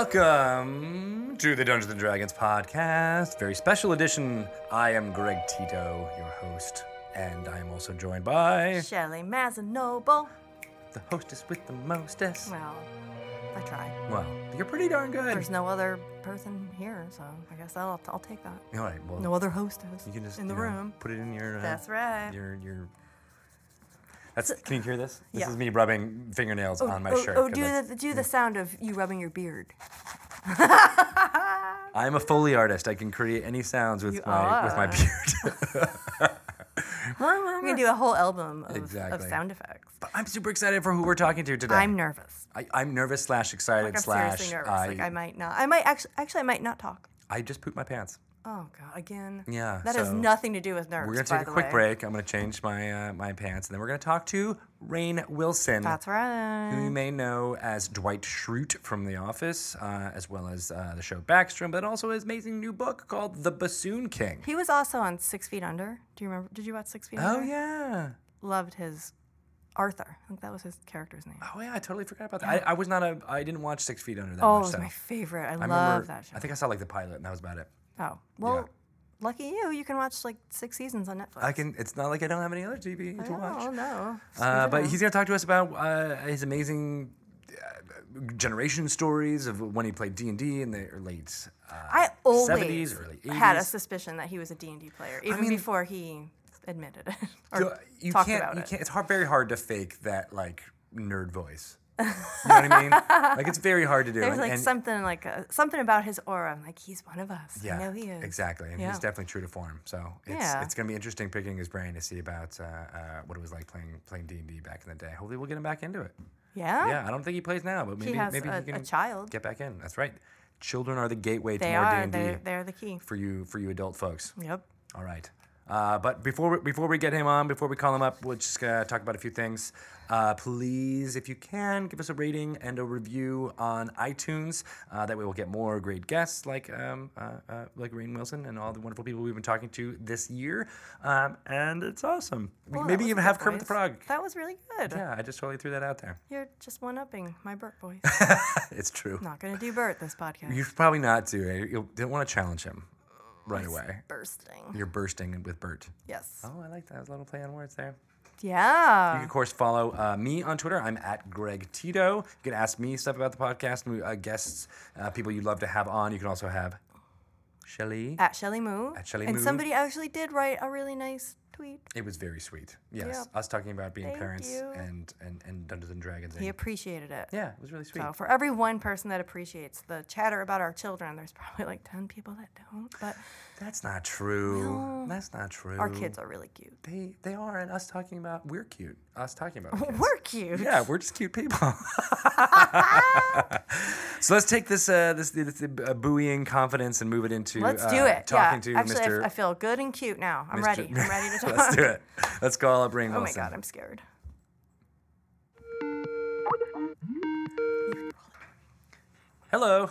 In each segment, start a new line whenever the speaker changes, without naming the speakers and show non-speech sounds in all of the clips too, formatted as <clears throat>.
Welcome to the Dungeons and Dragons podcast, very special edition. I am Greg Tito, your host, and I am also joined by
Shelley Mazanoble.
the hostess with the mostess.
Well, I try.
Well, you're pretty darn good.
There's no other person here, so I guess I'll, I'll take that.
All right, well,
No other hostess
you can just
in the
you know,
room.
put it in your. Uh,
That's right.
Your your. That's. Can you hear this? This
Yeah.
is me rubbing fingernails on my
oh,
shirt.
oh,
'cause
do
I-
the do the sound of you rubbing your
<laughs>
beard.
I'm a Foley artist. I can create any sounds with
You
my with my beard.
are.
<laughs>
We can do a whole album of, of
Exactly.
sound effects.
but I'm super excited for who we're talking to today.
I'm nervous.
I, I'm nervous slash excited
Like, I'm
slash
seriously nervous.
I,
like I might not. I might actually actually I might not talk.
I just pooped my pants.
Oh god, again.
Yeah,
That has
so-
nothing to do with nerves.
We're gonna
by
take a
the
quick
way.
break. I'm gonna change my uh, my pants, and then we're gonna talk to Rain Wilson,
That's
who
right.
you may know as Dwight Schrute from The Office, uh, as well as uh, the show Backstrom, but also his amazing new book called The Bassoon King.
He was also on Six Feet Under. Do you remember? Did you watch Six Feet Under?
Oh yeah,
loved his Arthur. I think that was his character's name.
oh yeah. I totally forgot about that. I, I was not a. I didn't watch Six Feet Under that
Oh, it
much.
was
so
my favorite. I,
I
love
remember.
that show.
I think I saw like the pilot, and that was about it.
oh, well, lucky you. You can watch like six seasons on Netflix.
I can. It's not like I don't have any other TV to watch.
Oh no.
Uh, but he's going to talk to us about uh, his amazing uh, generation stories of when he played D&D in the late uh,
I always
70s, early
had a
80s.
suspicion that he was a D and D player, even
mean-
before he admitted <laughs> it or
so you
talked
can't
about
you
it.
can't it's hard, very hard to fake that like nerd voice. you know what I
<laughs>
mean? Like it's very hard to do.
There's
and-
like
and-
something like a, something about his aura. I'm like, he's one of us.
yeah,
I know he is.
exactly. And
Yeah.
he's definitely true to form. So it's
Yeah.
it's going to be interesting picking his brain to see about uh, uh, what it was like playing playing D&D back in the day. Hopefully we'll get him back into it.
Yeah.
Yeah, I don't think he plays now, but maybe
he has
maybe
a,
he can
a child.
get back in. That's right. Children are the gateway to
They
more
are.
D&D.
They're, they're the key.
for you for you adult folks.
Yep.
All right. Uh, but before we, before we get him on, before we call him up, we're just gonna talk about a few things. Uh, please, if you can, give us a rating and a review on iTunes. Uh, that way, we'll get more great guests like um, uh, uh, like Rain Wilson and all the wonderful people we've been talking to this year. Um, and it's awesome. We
Well, that
Maybe
was a
even
good
have Kermit the
voice.
Frog.
That was really good.
Yeah, I just totally threw that out there. <laughs>
You're just one upping my Bert voice.
It's true.
Not gonna do Bert this podcast.
You should probably not do it. You'll, you'll want to challenge him right away.
Bursting.
You're bursting with Bert.
Yes.
Oh, I like that. That was a little play on words there. You can,
Yeah.
of course, follow uh, me on Twitter. I'm at Greg Tito. You can ask me stuff about the podcast and uh, guests, uh, people you'd love to have on. You can also have Shelly.
At Shelly Moo.
At Shelley
and
Moo.
somebody actually did write a really nice tweet.
It was very sweet. Yes,
Yeah.
us talking about being
Thank
parents
you.
and, and and Dungeons and Dragons. And,
He appreciated it.
Yeah, it was really sweet.
So for every one person that appreciates the chatter about our children, there's probably like ten people that don't. But
That's not true. That's not true.
our kids are really cute.
They they are, and us talking about we're cute. Us talking
<laughs>
about. our kids.
We're cute.
Yeah, we're just cute
<laughs>
people. so let's take this uh, this, this uh, buoying confidence and move it into
Let's
uh,
do it.
talking to
yeah. Actually, I f-
Mr.
I feel good and cute now. I'm
Mr.
ready.
<laughs>
I'm ready to talk.
let's do it. Let's call up Rain
<laughs> Oh my
Wilson.
god, I'm scared.
Hello.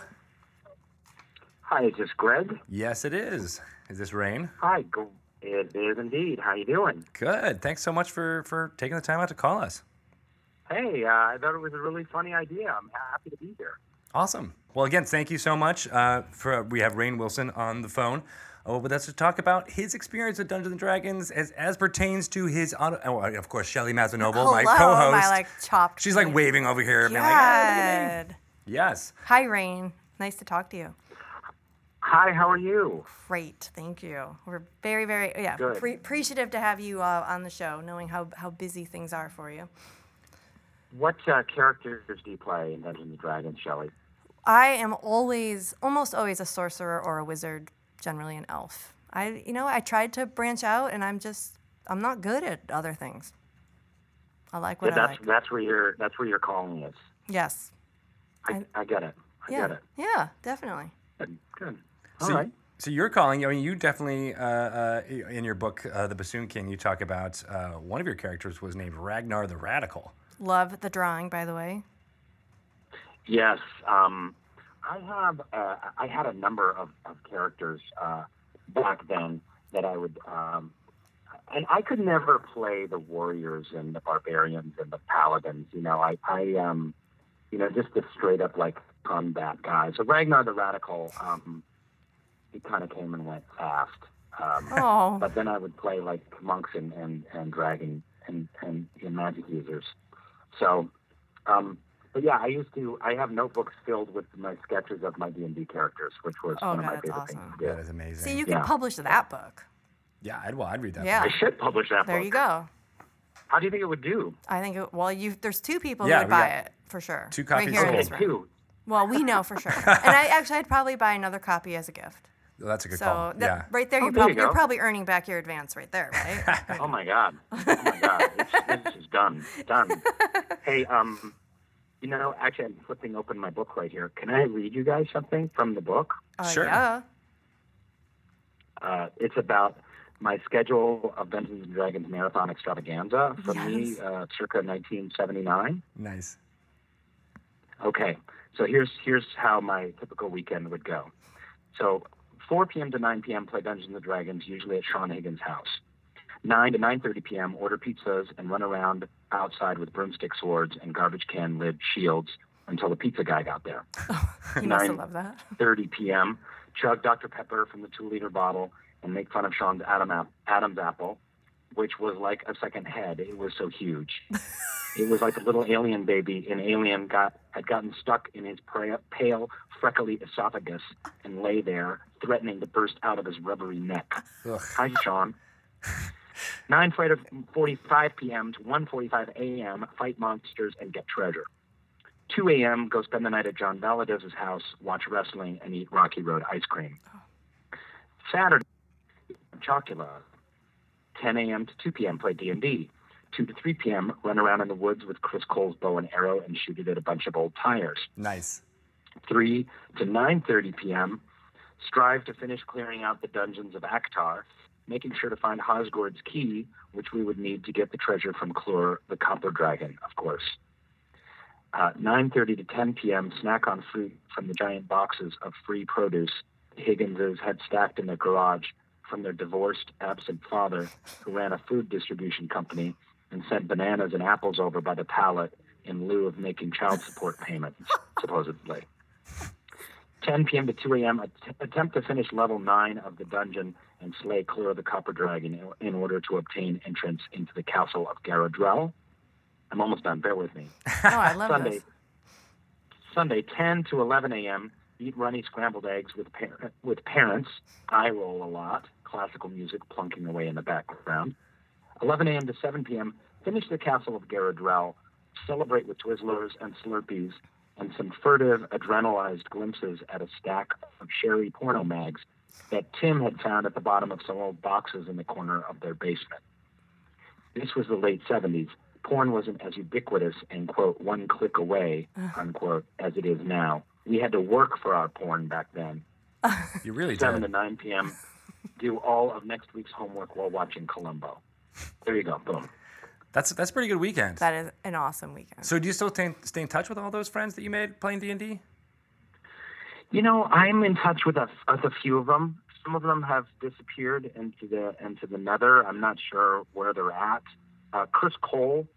Hi, is this Greg?
Yes, it is. Is this Rain?
Hi, Gr- it is indeed. How you doing?
Good. Thanks so much for for taking the time out to call us.
Hey, uh, I thought it was a really funny idea. I'm happy to be here.
Awesome. Well, again, thank you so much. Uh, for we have Rain Wilson on the phone. Oh, but that's to talk about his experience with Dungeons and Dragons as as pertains to his auto. Oh, and of course, Shelley Mazanoble,
Hello,
my co-host.
my like chopped.
She's like waving over here, being like, "Ah, look at me."
God.
"Yes,
Hi, Rain. Nice to talk to you.
Hi, how are you?
Great, thank you. We're very, very yeah
Good.
pre- appreciative to have you uh, on the show, knowing how how busy things are for you.
What uh, characters do you play in Dungeons and Dragons, Shelley?
I am always, almost always, a sorcerer or a wizard. Generally, an elf. I, you know, I tried to branch out, and I'm just, I'm not good at other things. I like what
yeah,
I
that's
like.
that's where your that's where your calling is.
Yes.
I, I, get it. I
Yeah.
get it.
Yeah. Definitely.
Good. Good. All
so,
right.
so you're calling. I mean, you definitely uh, uh, in your book, uh, The Bassoon King, you talk about uh, one of your characters was named Ragnar the Radical.
Love the drawing, by the way.
Yes, um, I have. Uh, I had a number of, of characters uh, back then that I would, um, and I could never play the warriors and the barbarians and the paladins. You know, I, I um, you know, just the straight up like become that guy. So Ragnar the Radical, um, he kind of came and went fast. Um,
Oh,
but then I would play like monks and and, and dragon and and, and magic users. So, um, but yeah, I used to. I have notebooks filled with my sketches of my D and D characters, which was
Oh,
one
God,
of my
that's
favorite
awesome.
things to do.
That is amazing.
see, you could
Yeah.
publish that book.
yeah, I'd, well, I'd read that.
Yeah,
I should publish that
there
book.
you go.
How do you think it would do?
I think it, well, you there's two people
Yeah,
who
we
would buy
got
it for sure.
two
right
copies
here in
sold.
Okay,
this room.
two.
Well, we know for
<laughs>
sure. and I actually, I'd probably buy another copy as a gift.
Well, Oh, that's a good
So
call.
that,
yeah.
right there,
Oh,
you're,
there you
prob- you are
go.
probably earning back your advance right there,
<laughs>
right?
Oh my god! Oh my
<laughs>
god! This, this is done. Done. Hey, um, you know, actually, I'm flipping open my book right here. Can I read you guys something from the book?
Uh,
Sure.
Yeah.
Uh, it's about my schedule of Dungeons and Dragons marathon extravaganza from me,
Yes.
uh, circa 1979.
Nice.
Okay, so here's here's how my typical weekend would go. So 4 p.m. to 9 p.m. play Dungeons and Dragons, usually at Sean Higgins' house. 9 to 9:30 p.m. order pizzas and run around outside with broomstick swords and garbage can lid shields until the pizza guy got there.
You must
Nine.
have loved
<laughs>
that.
30 p.m. Chug Dr. Pepper from the two-liter bottle and make fun of Sean's Adam ap- Adam's apple, which was like a second head. It was so huge. it was like a little alien baby. An alien got had gotten stuck in his pra- pale, freckly esophagus and lay there, threatening to burst out of his rubbery neck.
Ugh.
Hi, Sean. 9.45 p.m. to 1.45 a.m., fight monsters and get treasure. 2 a.m., go spend the night at John Valadez's house, watch wrestling, and eat Rocky Road ice cream. Saturday, Chocula, 10 a.m. to 2 p.m., play D&D. 2 to 3 p.m., run around in the woods with Chris Cole's bow and arrow and shoot it at a bunch of old tires.
Nice.
3 to 9:30 p.m. Strive to finish clearing out the dungeons of Akhtar, making sure to find Hosgord's key, which we would need to get the treasure from Clur, the copper dragon, of course. Uh, 9:30 to 10 p.m. Snack on fruit from the giant boxes of free produce the Higginses had stacked in their garage from their divorced, absent father, who ran a food distribution company and sent bananas and apples over by the pallet in lieu of making child support payments, supposedly. 10 p.m. to 2 a.m. att- attempt to finish level 9 of the dungeon and slay Clur the Copper Dragon in, in order to obtain entrance into the castle of Garadrell. I'm almost done. Bear with me.
Oh, I love
Sunday,
this.
Sunday, 10 to 11 a.m. Eat runny scrambled eggs with par- with parents. I roll a lot. Classical music plunking away in the background. 11 a.m. to 7 p.m. Finish the castle of Garadrell. Celebrate with Twizzlers and Slurpees and some furtive, adrenalized glimpses at a stack of sherry porno mags that Tim had found at the bottom of some old boxes in the corner of their basement. This was the late 70s. Porn wasn't as ubiquitous and, quote, one click away, unquote, as it is now. We had to work for our porn back then.
You really
7 to
did.
9 p.m., do all of next week's homework while watching Columbo. There you go. Boom.
That's that's a pretty good weekend.
That is an awesome weekend.
so do you still t- stay in touch with all those friends that you made playing D and D?
You know, I'm in touch with a, with a few of them. Some of them have disappeared into the into the nether. I'm not sure where they're at. Uh, Chris Cole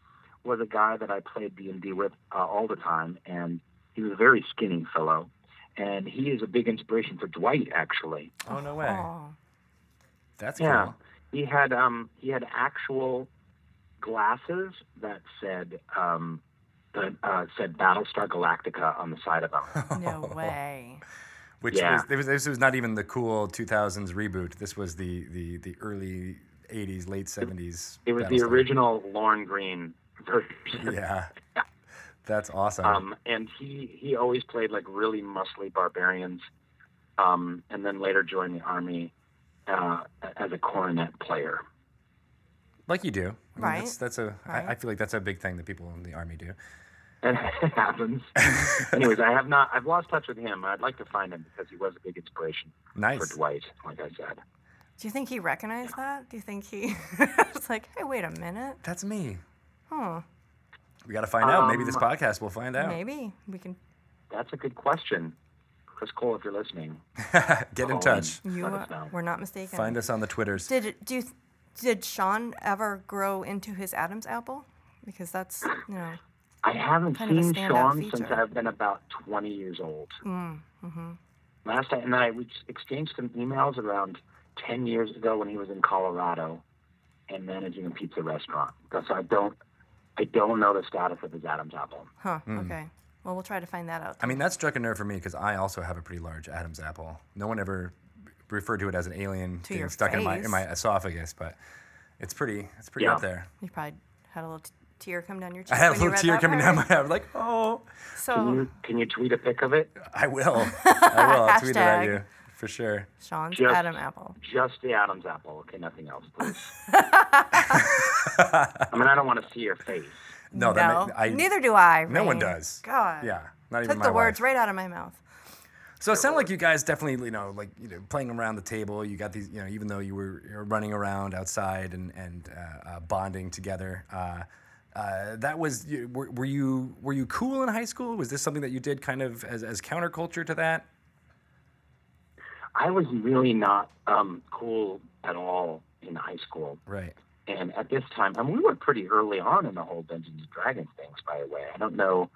was a guy that I played D and D with uh, all the time, and he was a very skinny fellow. And he is a big inspiration for Dwight, actually.
Oh no way.
Oh,
That's
Yeah,
cool.
he had um he had actual glasses that said um that uh, said Battlestar Galactica on the side of
<laughs>
them.
no way.
Which
Yeah.
was, it was this was not even the cool 2000s reboot. This was the the the early 80s, late 70s.
It was the
Battlestar.
original Lorne Green version.
Yeah. That's awesome.
Um, and he, he always played like really muscly barbarians, um, and then later joined the army uh, as a cornet player.
like you do. I mean,
Right.
That's, that's a. I- I
Right.
feel like that's a big thing that people in the army do.
And <laughs> it happens. Anyways, I have not. I've lost touch with him. I'd like to find him because he was a big inspiration
Nice.
for Dwight. Like I said,
Do you think he recognized that? Do you think he <laughs> was like, hey, wait a minute?
That's me.
Huh.
We got to find out. Maybe this
Um,
podcast will find out.
Maybe we can.
that's a good question, Chris Cole. If you're listening,
Get
call
in touch.
You
Let us
uh,
know.
were not mistaken.
Find us on the Twitters.
Did it- do you, th- did Sean ever grow into his Adam's apple? Because that's you know
I haven't
Kind of a
seen
standout
Sean
feature.
since I've been about 20 years old.
Mm, hmm
Last I, and I we exchanged some emails around 10 years ago when he was in Colorado and managing a pizza restaurant. So I don't, I don't know the status of his Adam's apple.
Huh. Okay. Well, we'll try to find that out.
Hmm. I mean, that struck a nerve for me because I also have a pretty large Adam's apple. No one ever referred to it as an alien thing
your
stuck in my in
face.
my esophagus, but it's pretty it's pretty up
Yeah.
there.
You probably had a little t- tear come down your cheek.
I had a
when you
little
read
tear
that
coming down
part.
my head. Like, oh,
Can
So
you, can you tweet a pic of it?
I
<laughs>
will. I will. I'll tweet it at
Hashtag.
you for sure.
Sean's
Just-
Adam Apple.
Just the Adam's apple. Okay, nothing else,
<laughs>
please. I mean, I don't want to see your face.
No, Oh, that ma- I,
neither do I.
No one
Rain.
does.
God.
Yeah, not even
Took
my
the words
wife.
right out of my mouth.
So it sounded like you guys definitely, you know, like you know, playing around the table. You got these, you know, even though you were, you were running around outside and and uh, uh, bonding together. Uh, uh, that was you- were, were you were you cool in high school? Was this something that you did kind of as, as counterculture to that?
I was really not um, cool at all in high school.
Right.
And at this time, I mean, we were pretty early on in the whole Dungeons and Dragons things, by the way. I don't know.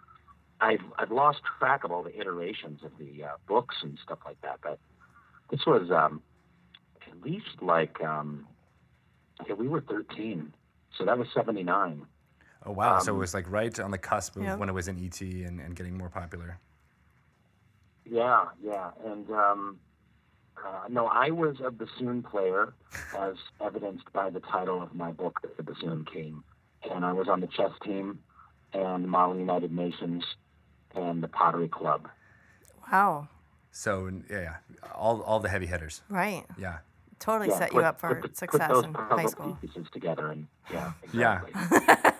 I've I've lost track of all the iterations of the uh, books and stuff like that. But this was um, at least like um, yeah, we were 13, so that was 79.
Oh wow! so it
Um,
was like right on the cusp of
Yeah.
when it was in ET and, and getting more popular.
Yeah, yeah, and um, uh, no, I was a bassoon player, as evidenced by the title of my book, The Bassoon King, and I was on the chess team, and the Model United Nations, and the Pottery Club.
Wow.
So yeah, yeah. all all the heavy hitters.
Right.
Yeah.
Totally
Yeah,
set
put-
you up for
put, put
success
those
in
puzzle
high school.
pieces together, and yeah,
Yeah.
exactly.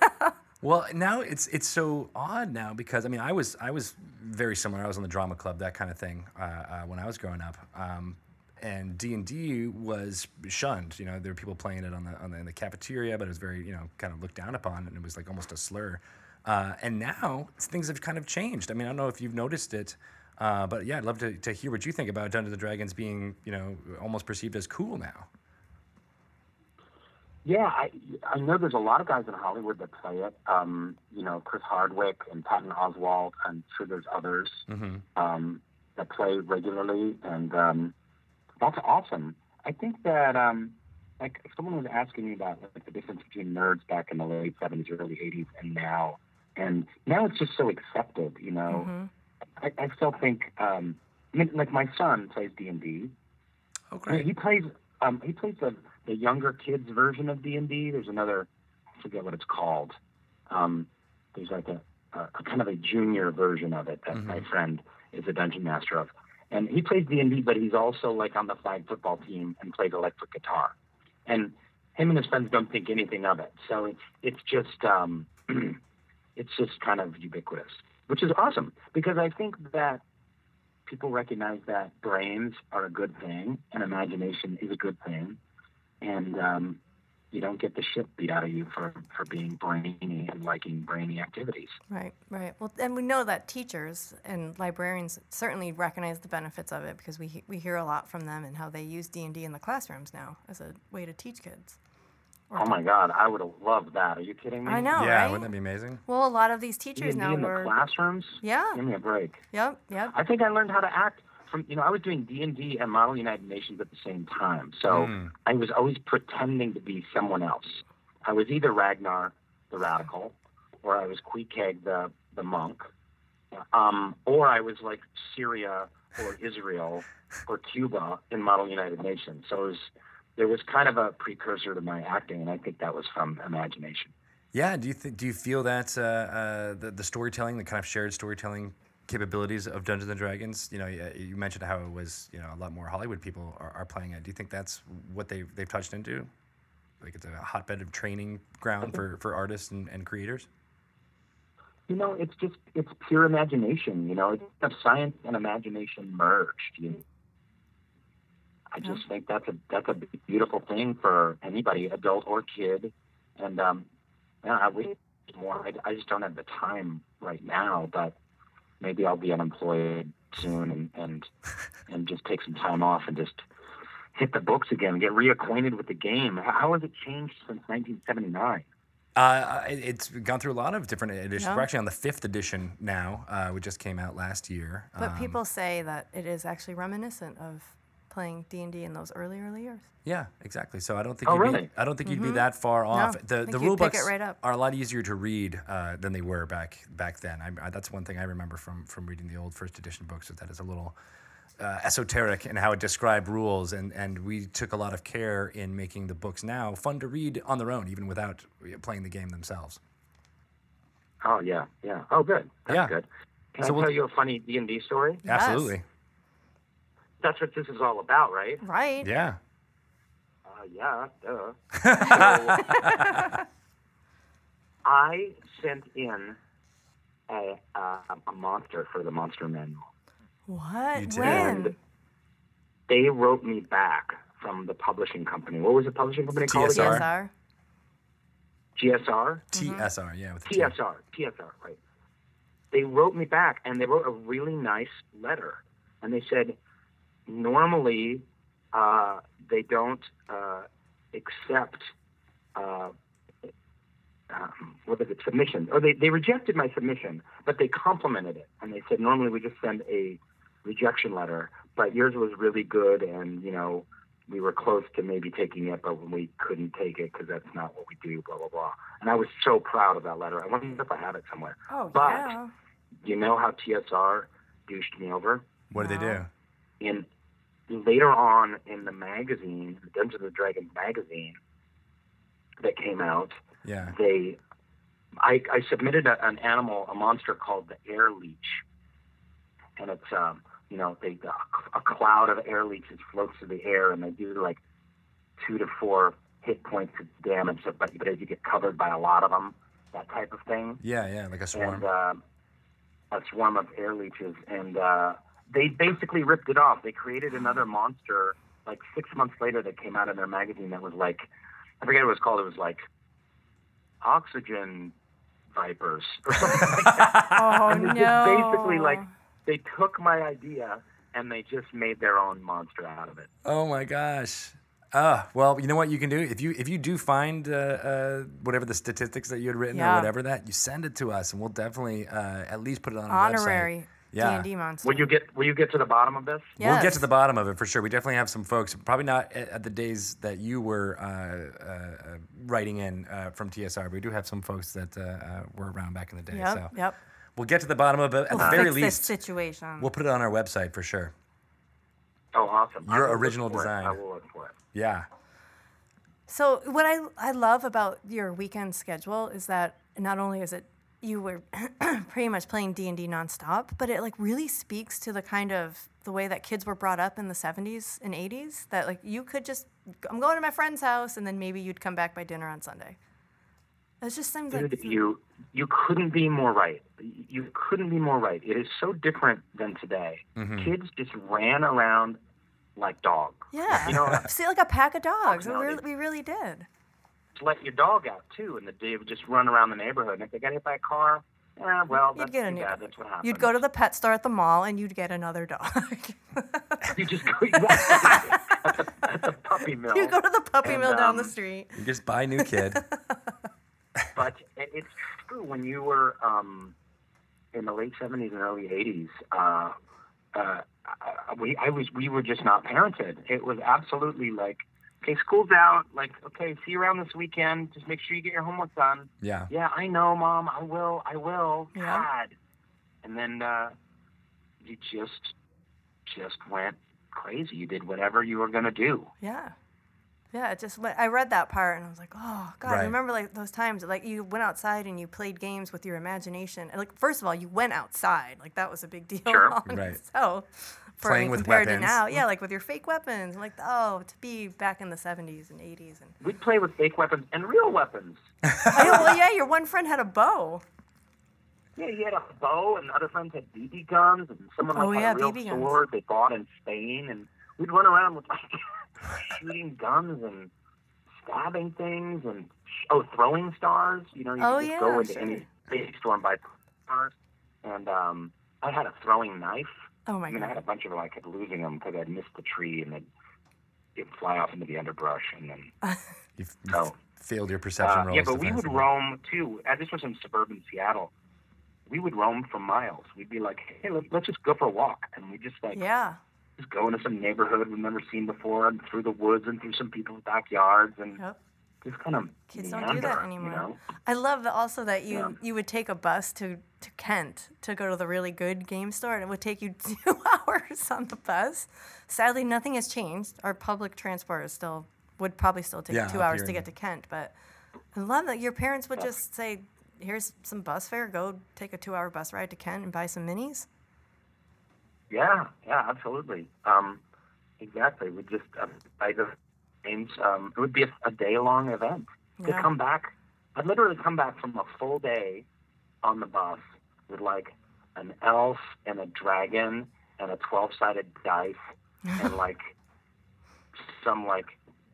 Well, now it's it's so odd now because I mean I was I was very similar. I was on the drama club, that kind of thing, uh, uh, when I was growing up. Um, and D and D was shunned. You know, there were people playing it on the on the, in the cafeteria, but it was very you know kind of looked down upon, and it was like almost a slur. Uh, and now things have kind of changed. I mean, I don't know if you've noticed it, uh, but yeah, I'd love to, to hear what you think about Dungeons and Dragons being you know almost perceived as cool now.
Yeah, I I know there's a lot of guys in Hollywood that play it. Um, you know, Chris Hardwick and Patton Oswalt, I'm sure there's others um, that play regularly, and um, that's awesome. I think that um, like someone was asking me about like the difference between nerds back in the late '70s, early '80s, and now, and now it's just so accepted. You know, I, I still think um, I mean, like my son plays D and D.
Okay.
Yeah, He plays um, he plays the, the younger kids version of D and D. There's another I forget what it's called. Um, there's like a, a, a kind of a junior version of it that my friend is a dungeon master of, and he plays D and D, but he's also like on the flag football team and plays electric guitar, and him and his friends don't think anything of it. So it's it's just um, <clears throat> it's just kind of ubiquitous, which is awesome because I think that people recognize that brains are a good thing and imagination is a good thing. And um, you don't get the shit beat out of you for, for being brainy and liking brainy activities.
Right, right. Well, and we know that teachers and librarians certainly recognize the benefits of it because we he- we hear a lot from them and how they use D and D in the classrooms now as a way to teach kids.
Oh my God, I would have loved that. Are you kidding me?
I know,
yeah,
right?
wouldn't that be amazing?
well, a lot of these teachers
D&D
now
in the
were.
classrooms?
Yeah.
Give me a break.
Yep, yep.
I think I learned how to act from, you know, I was doing D&D and Model United Nations at the same time. So I was always pretending to be someone else. I was either Ragnar the Radical or I was Queekeg the, the monk. Um, or I was like Syria or Israel or Cuba in Model United Nations. So it was, there was kind of a precursor to my acting, and I think that was from imagination.
Yeah. Do you th- do you feel that uh, uh, the the storytelling, the kind of shared storytelling capabilities of Dungeons and Dragons? You know, y- you mentioned how it was, you know, a lot more Hollywood people are, are playing it. Do you think that's what they they've touched into? Like it's a hotbed of training ground for, for artists and, and creators.
you know, it's just it's pure imagination. You know, it's kind of science and imagination merged. You know? I just think that's a that's a beautiful thing for anybody, adult or kid. And um, yeah, I wish more. I, I just don't have the time right now, but maybe I'll be unemployed soon and and and just take some time off and just hit the books again, get reacquainted with the game. How how has it changed since 1979?
Uh, it- it's gone through a lot of different editions.
Yeah.
We're actually on the fifth edition now, uh, which just came out last year.
But
Um,
people say that it is actually reminiscent of playing D and D in those early, early years.
Yeah, exactly. So I don't think
Oh,
you'd be,
really?
I don't think you'd be that far off.
I
the
think
the
you'd
rule
pick
books
it right up.
are a lot easier to read uh, than they were back back then. I, I, that's one thing I remember from from reading the old first edition books. Is that it's a little uh, esoteric in how it described rules, and and we took a lot of care in making the books now fun to read on their own, even without playing the game themselves.
Oh yeah, yeah. Oh good. That's
Yeah.
good. Can
So
I
we'll-
tell you a funny D and D story?
Yes.
Absolutely.
That's what this is all about, right?
Right.
Yeah.
Uh, yeah,
<laughs>
duh. So, I sent in a, uh, a monster for the monster manual.
What?
You did.
When?
They wrote me back from the publishing company. What was the publishing company called
TSR.
again?
TSR.
GSR?
Mm-hmm.
TSR. Yeah. With a T.
TSR. TSR, right. They wrote me back and they wrote a really nice letter. And they said, normally uh, they don't uh, accept uh, um, what is it, submission. Or they, they rejected my submission, but they complimented it. And they said, normally we just send a rejection letter, but yours was really good. And, you know, we were close to maybe taking it, but we couldn't take it because that's not what we do, blah, blah, blah. And I was so proud of that letter. I wonder if I have it somewhere.
Oh
<laughs>
But-
yeah.
You know how TSR douched me over?
What did they do?
Wow.
in later on in the magazine, the Dungeons and Dragons magazine that came out,
Yeah.
they I, I submitted a, an animal, a monster called the air leech, and it's um you know they a, a cloud of air leeches floats through the air and they do like two to four hit points of damage, but but as you get covered by a lot of them, that type of thing
Yeah. Yeah. Like a swarm.
and uh, a swarm of air leeches, and uh, they basically ripped it off. They created another monster like six months later that came out in their magazine that was like, I forget what it was called. It was like oxygen vipers or something like that.
Oh
And
no.
it's just basically like they took my idea and they just made their own monster out of it.
Oh my gosh. Uh, well, you know what you can do if you if you do find uh, uh, whatever the statistics that you had written or
Yeah.
whatever that you send it to us and we'll definitely uh, at least put it on our website.
honorary
Yeah.
D&D monster.
Will you get Will you get to the bottom of this?
We'll get
Yes.
to the bottom of it for sure. We definitely have some folks, probably not at, at the days that you were uh, uh, uh, writing in uh, from TSR. But we do have some folks that uh, uh, were around back in the day.
Yep.
So
Yep.
we'll get to the bottom of it at the
We'll
very
fix this
least.
situation.
We'll put it on our website for sure.
Oh, awesome! I
Your
will look
original
for it. I
design.
will look for it.
Yeah.
So what I I love about your weekend schedule is that not only is it you were <clears throat> pretty much playing D and D nonstop, but it like really speaks to the kind of the way that kids were brought up in the '70s and '80s. That like you could just I'm going to my friend's house, and then maybe you'd come back by dinner on Sunday. It just seems like
Dude, you you couldn't be more right. You couldn't be more right. It is so different than today. Kids just ran around like dogs.
Mm-hmm. yeah,
You know,
see like a pack of dogs. We
Functionality.
really, we really did.
just let your dog out too, and the they would just run around the neighborhood. And if they got hit by a car, eh, well,
You'd
that's
get a
too
new.
bad. That's what happens.
You'd go to the pet store at the mall, and you'd get another dog. <laughs>
<laughs> you just go at, the, at the puppy mill.
you go to the puppy
And,
mill down the
um,
street.
You just buy new kid.
<laughs>
but it, it's true when you were um, in the late seventies and early eighties. Uh, uh, I- we I was we were just not parented. It was absolutely like, okay, school's out. Like, okay, see you around this weekend. Just make sure you get your homework done.
yeah.
Yeah, I know, mom. I will. I will.
Yeah.
God. And then uh, you just just went crazy. You did whatever you were gonna do.
Yeah. Yeah, it just went, I read that part and I was like, oh God,
Right.
I remember like those times like you went outside and you played games with your imagination. And, like first of all, you went outside. Like that was a big <laughs> deal.
Sure.
on
Right.
itself. For
Playing with
compared
weapons.
To now, yeah, like with your fake weapons. Like oh, to be back in the seventies and eighties and <laughs>
We'd play with fake weapons and real weapons.
I know, well, yeah, your one friend had a bow.
Yeah, he had a bow, and other friends had BB guns, and someone
Oh,
like
yeah,
had a real
BB guns.
sword they bought in Spain, and we'd run around with like <laughs> shooting guns and stabbing things, and oh, throwing stars. You know, you
Oh,
could just
yeah,
go into
sure.
any space store and buy stars. And um, I had a throwing knife.
Oh my
I mean, I had
god.
a bunch of them. I kept losing them because I'd missed the tree, and then it'd fly off into the underbrush, and then
You,
oh,
failed your perception
Uh,
roll.
yeah, but we would roam too. And this was in suburban Seattle. We would roam for miles. We'd be like, hey, let, let's just go for a walk, and we just like
Yeah.
just go into some neighborhood we've never seen before, and through the woods and through some people's backyards, and
Yep.
just kind of
Kids don't
meander,
do that
You
anymore.
know?
I love that also that you
Yeah.
you would take a bus to, to Kent to go to the really good game store and it would take you <laughs> two hours on the bus. Sadly, nothing has changed. Our public transport is still would probably still take
Yeah,
two
up
hours
here
to
in-
get to Kent, but I love that your parents would just say, "Here's some bus fare. Go take a two-hour bus ride to Kent and buy some minis."
Yeah, yeah, absolutely. Um, exactly. We just um, I just games. Um, it would be a, a day long event
Yeah.
to come back. I'd literally come back from a full day on the bus with like an elf and a dragon and a twelve sided
<laughs>
dice and like some like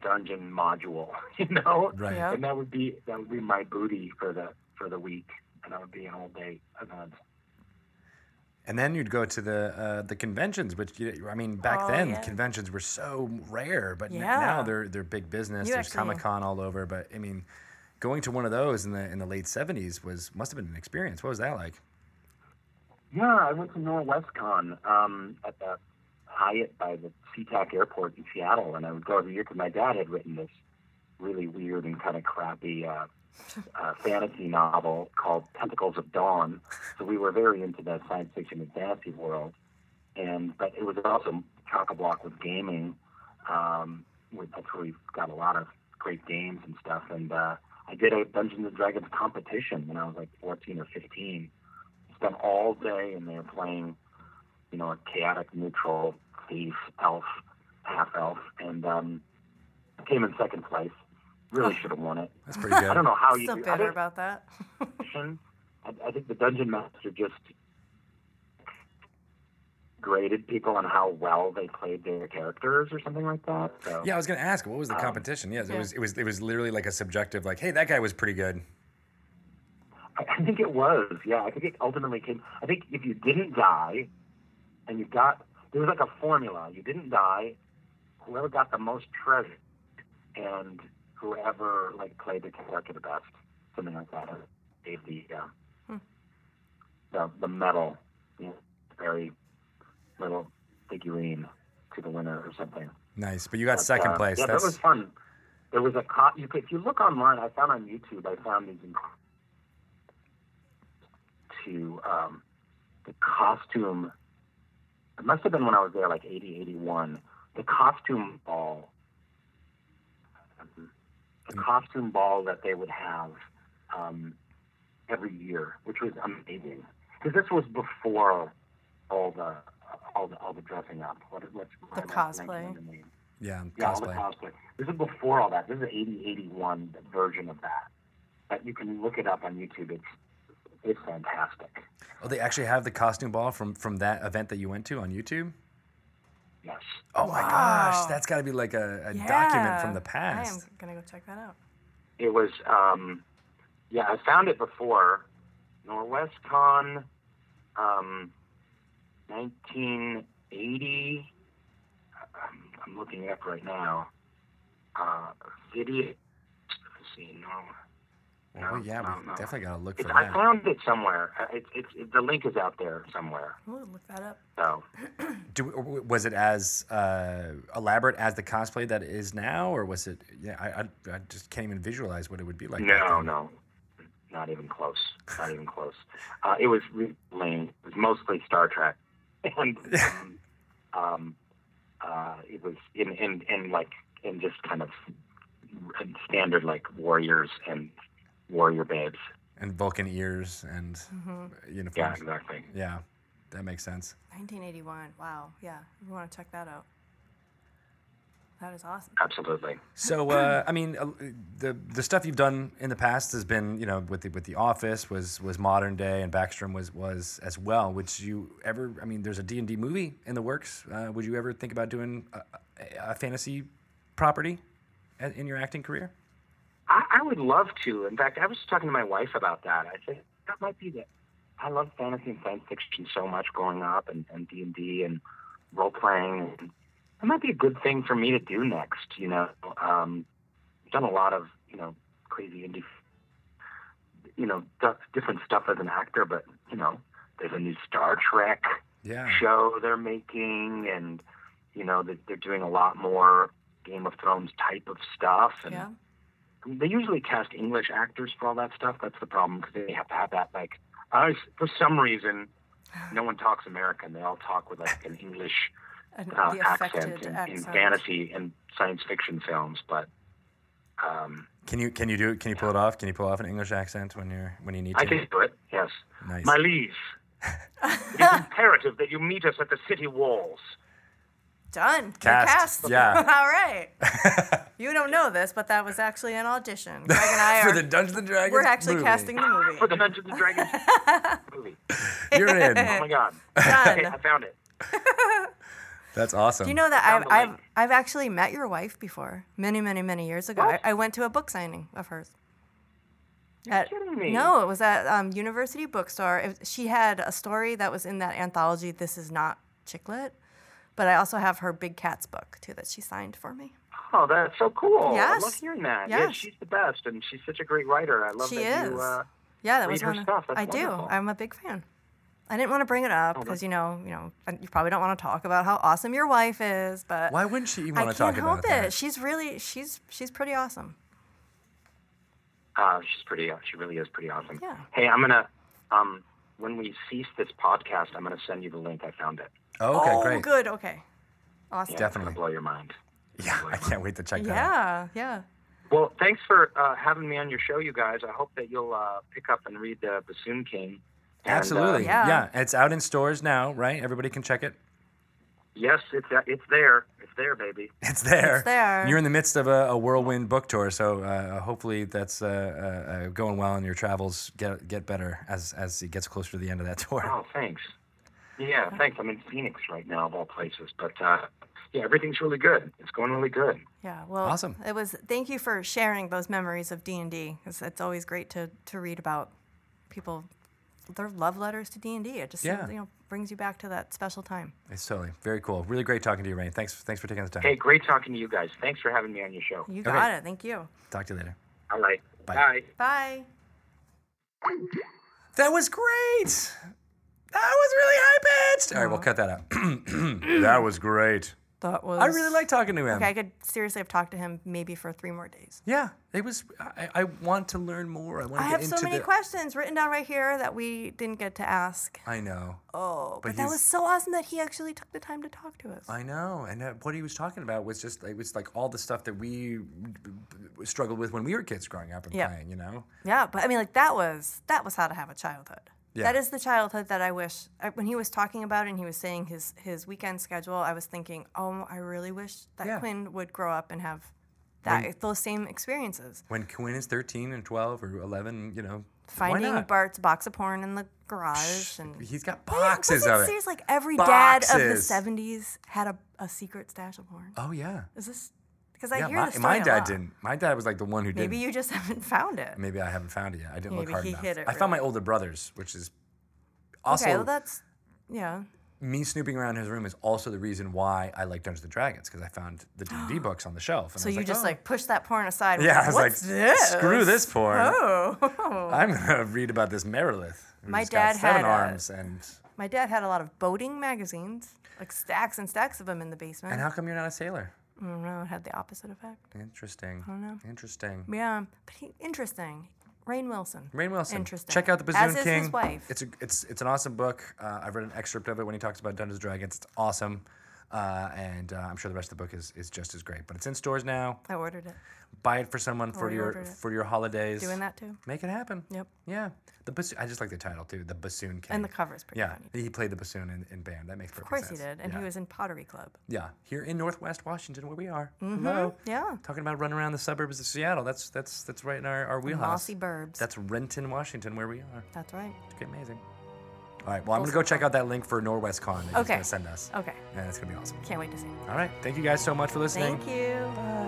dungeon module, <laughs> you know?
Right.
Yeah.
And that would be that would be my booty for the for the week, and that would be an all day event.
And then you'd go to the uh, the conventions, which you, I mean, back
Oh,
then
yeah.
conventions were so rare, but n- now
Yeah.
they're they're big business.
You
There's
actually-
Comic Con all over, but I mean, going to one of those in the in the late '70s was must have been an experience. What was that like?
Yeah, I went to NorwestCon um, at the Hyatt by the SeaTac Airport in Seattle, and I would go every year because my dad had written this really weird and kind of crappy uh, uh, fantasy novel called Tentacles of Dawn. So we were very into the science fiction and fantasy world, and but it was also chock a block with gaming. Um, we, that's where we got a lot of great games and stuff. And uh, I did a Dungeons and Dragons competition when I was like 14 or 15 spent all day in there playing, you know, a chaotic neutral thief, elf, half elf, and um, came in second place. Really should have won it.
That's
<laughs>
pretty good.
I don't know how you
Still
do I
bitter
don't-
about that.
I, I think the dungeon master just graded people on how well they played their characters or something like that. So.
Yeah, I was gonna ask, what was the competition? Yes, it
Um, yeah.
was it was it was literally like a subjective, like, hey, that guy was pretty good.
I I think it was. Yeah, I think it ultimately came. I think if you didn't die, and you got there was like a formula. You didn't die. Whoever got the most treasure, and whoever like played the character the best, something like that, or gave the uh, the the medal, you know, very little figurine to the winner or something.
Nice, but you got second
Uh,
place.
Yeah,
That's
that was fun. There was a cop. You could, if you look online, I found on YouTube. I found these inc- to um, the costume. It must have been when I was there, like 80, 81. The costume ball. um, The
Mm.
costume ball that they would have um, every year, which was amazing, because this was before all the all the all the dressing up. What, what's
The
I'm blanking
cosplay.
on the name.
yeah,
Yeah, all the
cosplay.
cosplay. This is before all that. This is the 80, 81 version of that. But you can look it up on YouTube. It's it's fantastic.
Oh, they actually have the costume ball from from that event that you went to on YouTube.
Yes.
Oh my gosh,
Wow.
that's got to be like a,
<laughs>
a document
Yeah.
from the
I am
past.
gonna go check that out.
It was, um, yeah, I found it before. NorwestCon, um, 1980. I'm, I'm looking it up right now. Uh, video. Let's see, Norwest.
Well, yeah,
no,
we
no.
definitely got to look for
It's, I
that.
found it somewhere. Uh, It's it's it, the link is out there somewhere.
Ooh, look that up.
So
Do, was it as uh, elaborate as the cosplay that it is now, or was it? Yeah, I, I, I just can't even visualize what it would be like. back
no,
then.
no, not even close. Not even close. Uh, it was really lame. It was mostly Star Trek, <laughs> and um, um, uh, it was in in in like in just kind of standard like warriors and warrior babes.
And Vulcan ears and
Mm-hmm.
Yeah,
uniforms.
exactly.
yeah, that makes sense.
1981. Wow. Yeah. You want to check that out. That is awesome.
Absolutely.
So uh, I mean, uh, the the stuff you've done in the past has been, you know, with the with the Office was was modern day, and Backstrom was was as well. Would you ever? I mean, there's a D and D movie in the works. Uh, would you ever think about doing a, a- a fantasy property a- in your acting career?
I, I would love to. In fact, I was talking to my wife about that. I think that might be the. I love fantasy and science fiction so much growing up, and and D and D and role playing. And that might be a good thing for me to do next. You know, um, I've done a lot of you know crazy indie, you know, stuff, different stuff as an actor. But you know, there's a new Star Trek
Yeah.
show they're making, and you know, they- they're doing a lot more Game of Thrones type of stuff. And
Yeah.
I mean, they usually cast English actors for all that stuff. That's the problem because they have to have that like. I always- for some reason, no one talks American. They all talk with like an English
And
uh,
the
accent
affected
in, in
accent.
fantasy and science fiction films, but um,
Can you can you do can you pull it off? Can you pull off an English accent when you're when you need to?
I can do it. Yes,
Nice.
my liege, it is imperative that you meet us at the city walls.
<laughs> Done. You're
Cast.
Cast.
Yeah.
<laughs>
<laughs>
All right. You don't know this, but that was actually an audition. Greg and I
<laughs> For
<laughs> are.
the Dungeons and Dragons.
we're actually
movie.
casting the movie.
For the Dungeons
<laughs>
and Dragons movie.
You're in.
Oh my God! <laughs> Okay, I
Done.
found it.
That's awesome.
Do you know
Found
that I've,
the
I've
link.
I've actually met your wife before, many many many years ago. I,
What?
I went to a book signing of hers. At-
kidding me.
No, it was at um, University Bookstore. It, she had a story that was in that anthology. This is not Chicklet, but I also have her Big Cats book too that she signed for me.
Oh, that's so cool. I love
Yes.
hearing that. Yeah,
Yes.
she's the best, and she's such a great writer. I love
She
that you.
is.
Uh,
Yeah, that
read
was
her
one. of-
stuff. That's
I do.
wonderful. Oh,
I'm a big fan. I didn't want to bring it up
that's-
because you know, you know, and you probably don't want to talk about how awesome your wife is, but
Why wouldn't she even
I
want to
can't
talk
help
about
it.
that?
She's really, she's, she's pretty awesome.
Uh, she's pretty. She really is pretty awesome.
Yeah.
Hey, I'm gonna. Um, when we cease this podcast, I'm gonna send you the link. I found it.
Oh, okay,
oh,
great.
good. Okay, awesome.
Yeah,
Definitely.
It's gonna blow your mind.
Yeah, I can't wait to check that. out.
Yeah, yeah.
Well, thanks for uh, having me on your show, you guys. I hope that you'll uh, pick up and read the Bassoon King. And, uh,
Absolutely.
um, Yeah.
yeah. It's out in stores now, right? Everybody can check it. <laughs>
yes, it's uh, it's there. It's there, baby.
It's there.
It's there.
You're in the midst of a, a whirlwind book tour, so uh, hopefully that's uh, uh, uh, going well, and your travels get get better as as it gets closer to the end of that <laughs> tour.
Oh, thanks. Yeah, thanks. I'm in Phoenix right now, of all places. But uh, yeah, everything's really good. It's going really good.
Yeah, well,
Awesome.
It was. Thank you for sharing those memories of D and D. It's always great to to read about people, their love letters to D and D. It just
Yeah.
you know brings you back to that special time.
It's totally very cool. Really great talking to you, Rain. Thanks thanks for taking the time.
Hey, great talking to you guys. Thanks for having me on your show.
You
Okay.
got it. Thank you.
Talk to you later.
All right.
Bye.
Bye.
Bye.
That was great. That was really high pitched. All right, we'll cut that out. <clears throat> that was great.
That was.
I really like talking to him.
Okay, I could seriously have talked to him maybe for three more days.
Yeah, it was. I, I want to learn more. I want to
I
get
have
into
so many
the.
questions written down right here that we didn't get to ask.
I know.
Oh, but, that
he's-
was so awesome that he actually took the time to talk to us.
I know, and uh, what he was talking about was just it was like all the stuff that we struggled with when we were kids growing up and
Yeah.
playing. You know,
Yeah, but I mean, like that was that was how to have a childhood.
Yeah.
That is the childhood that I wish. I, when he was talking about it and he was saying his his weekend schedule, I was thinking, oh, I really wish that
Yeah.
Quinn would grow up and have that those same experiences.
when Quinn is thirteen and twelve or eleven, you know, why
Finding
not?
Bart's box of porn in the garage and
He's got
Yeah, was
boxes
it
of it.
serious? Like every dad of the
Boxes.
'70s had a, a secret stash of porn.
Oh yeah,
Is this because I
yeah.
hear
My,
this?
my dad didn't. My dad was like the one who
Maybe
didn't.
you just <laughs> haven't found it.
Maybe I haven't found it yet. I didn't look
Maybe
hard
he
enough.
hid it
I found my
really-
older brothers, which is also
okay, well that's yeah.
me snooping around his room is also the reason why I like Dungeons and Dragons because I found the
<gasps>
D&D books on the shelf. And I
So
was
you just
"Oh."
like push that porn aside.
yeah, I was
What's
like,
this?
screw this porn.
Oh. <laughs>
I'm gonna <laughs> read about this Merilith. who's
My
got
dad
seven
had a-
arms, and
My dad had a lot of boating magazines, like stacks and stacks of them in the basement.
and how come you're not a sailor?
I don't know, it had the opposite effect.
Interesting. I don't know. Interesting.
Yeah, but he, interesting. Rain Wilson.
Rain Wilson.
Interesting.
Check out the Bazoon
As is
King.
his wife.
It's a, it's it's an awesome book. Uh, I've read an excerpt of it when he talks about Dungeons and Dragons. It's awesome, uh, and uh, I'm sure the rest of the book is, is just as great. But it's in stores now.
I ordered it.
Buy it for someone for
Already
your
Oh, ordered it.
for your holidays.
Doing that too.
Make it happen.
Yep.
Yeah. The bassoon. I just like the title too. The bassoon king.
And the cover's pretty
Yeah,
funny.
he played the bassoon in, in band. That makes perfect
Of course
sense.
he did, and
yeah.
he was in Pottery Club.
Yeah, here in Northwest Washington, where we are.
Mm-hmm.
Hello.
Yeah.
Talking about running around the suburbs of Seattle. That's that's that's right in our, our wheelhouse.
Mossy Burbs.
That's Renton, Washington, where we are.
That's right.
It's pretty amazing. All right. Well, I'm gonna go check out that link for NorwestCon that he's
Okay.
gonna send us,
Okay.
and it's gonna be awesome.
Can't wait to see.
All right. Thank you guys so much for listening.
Thank you. Bye.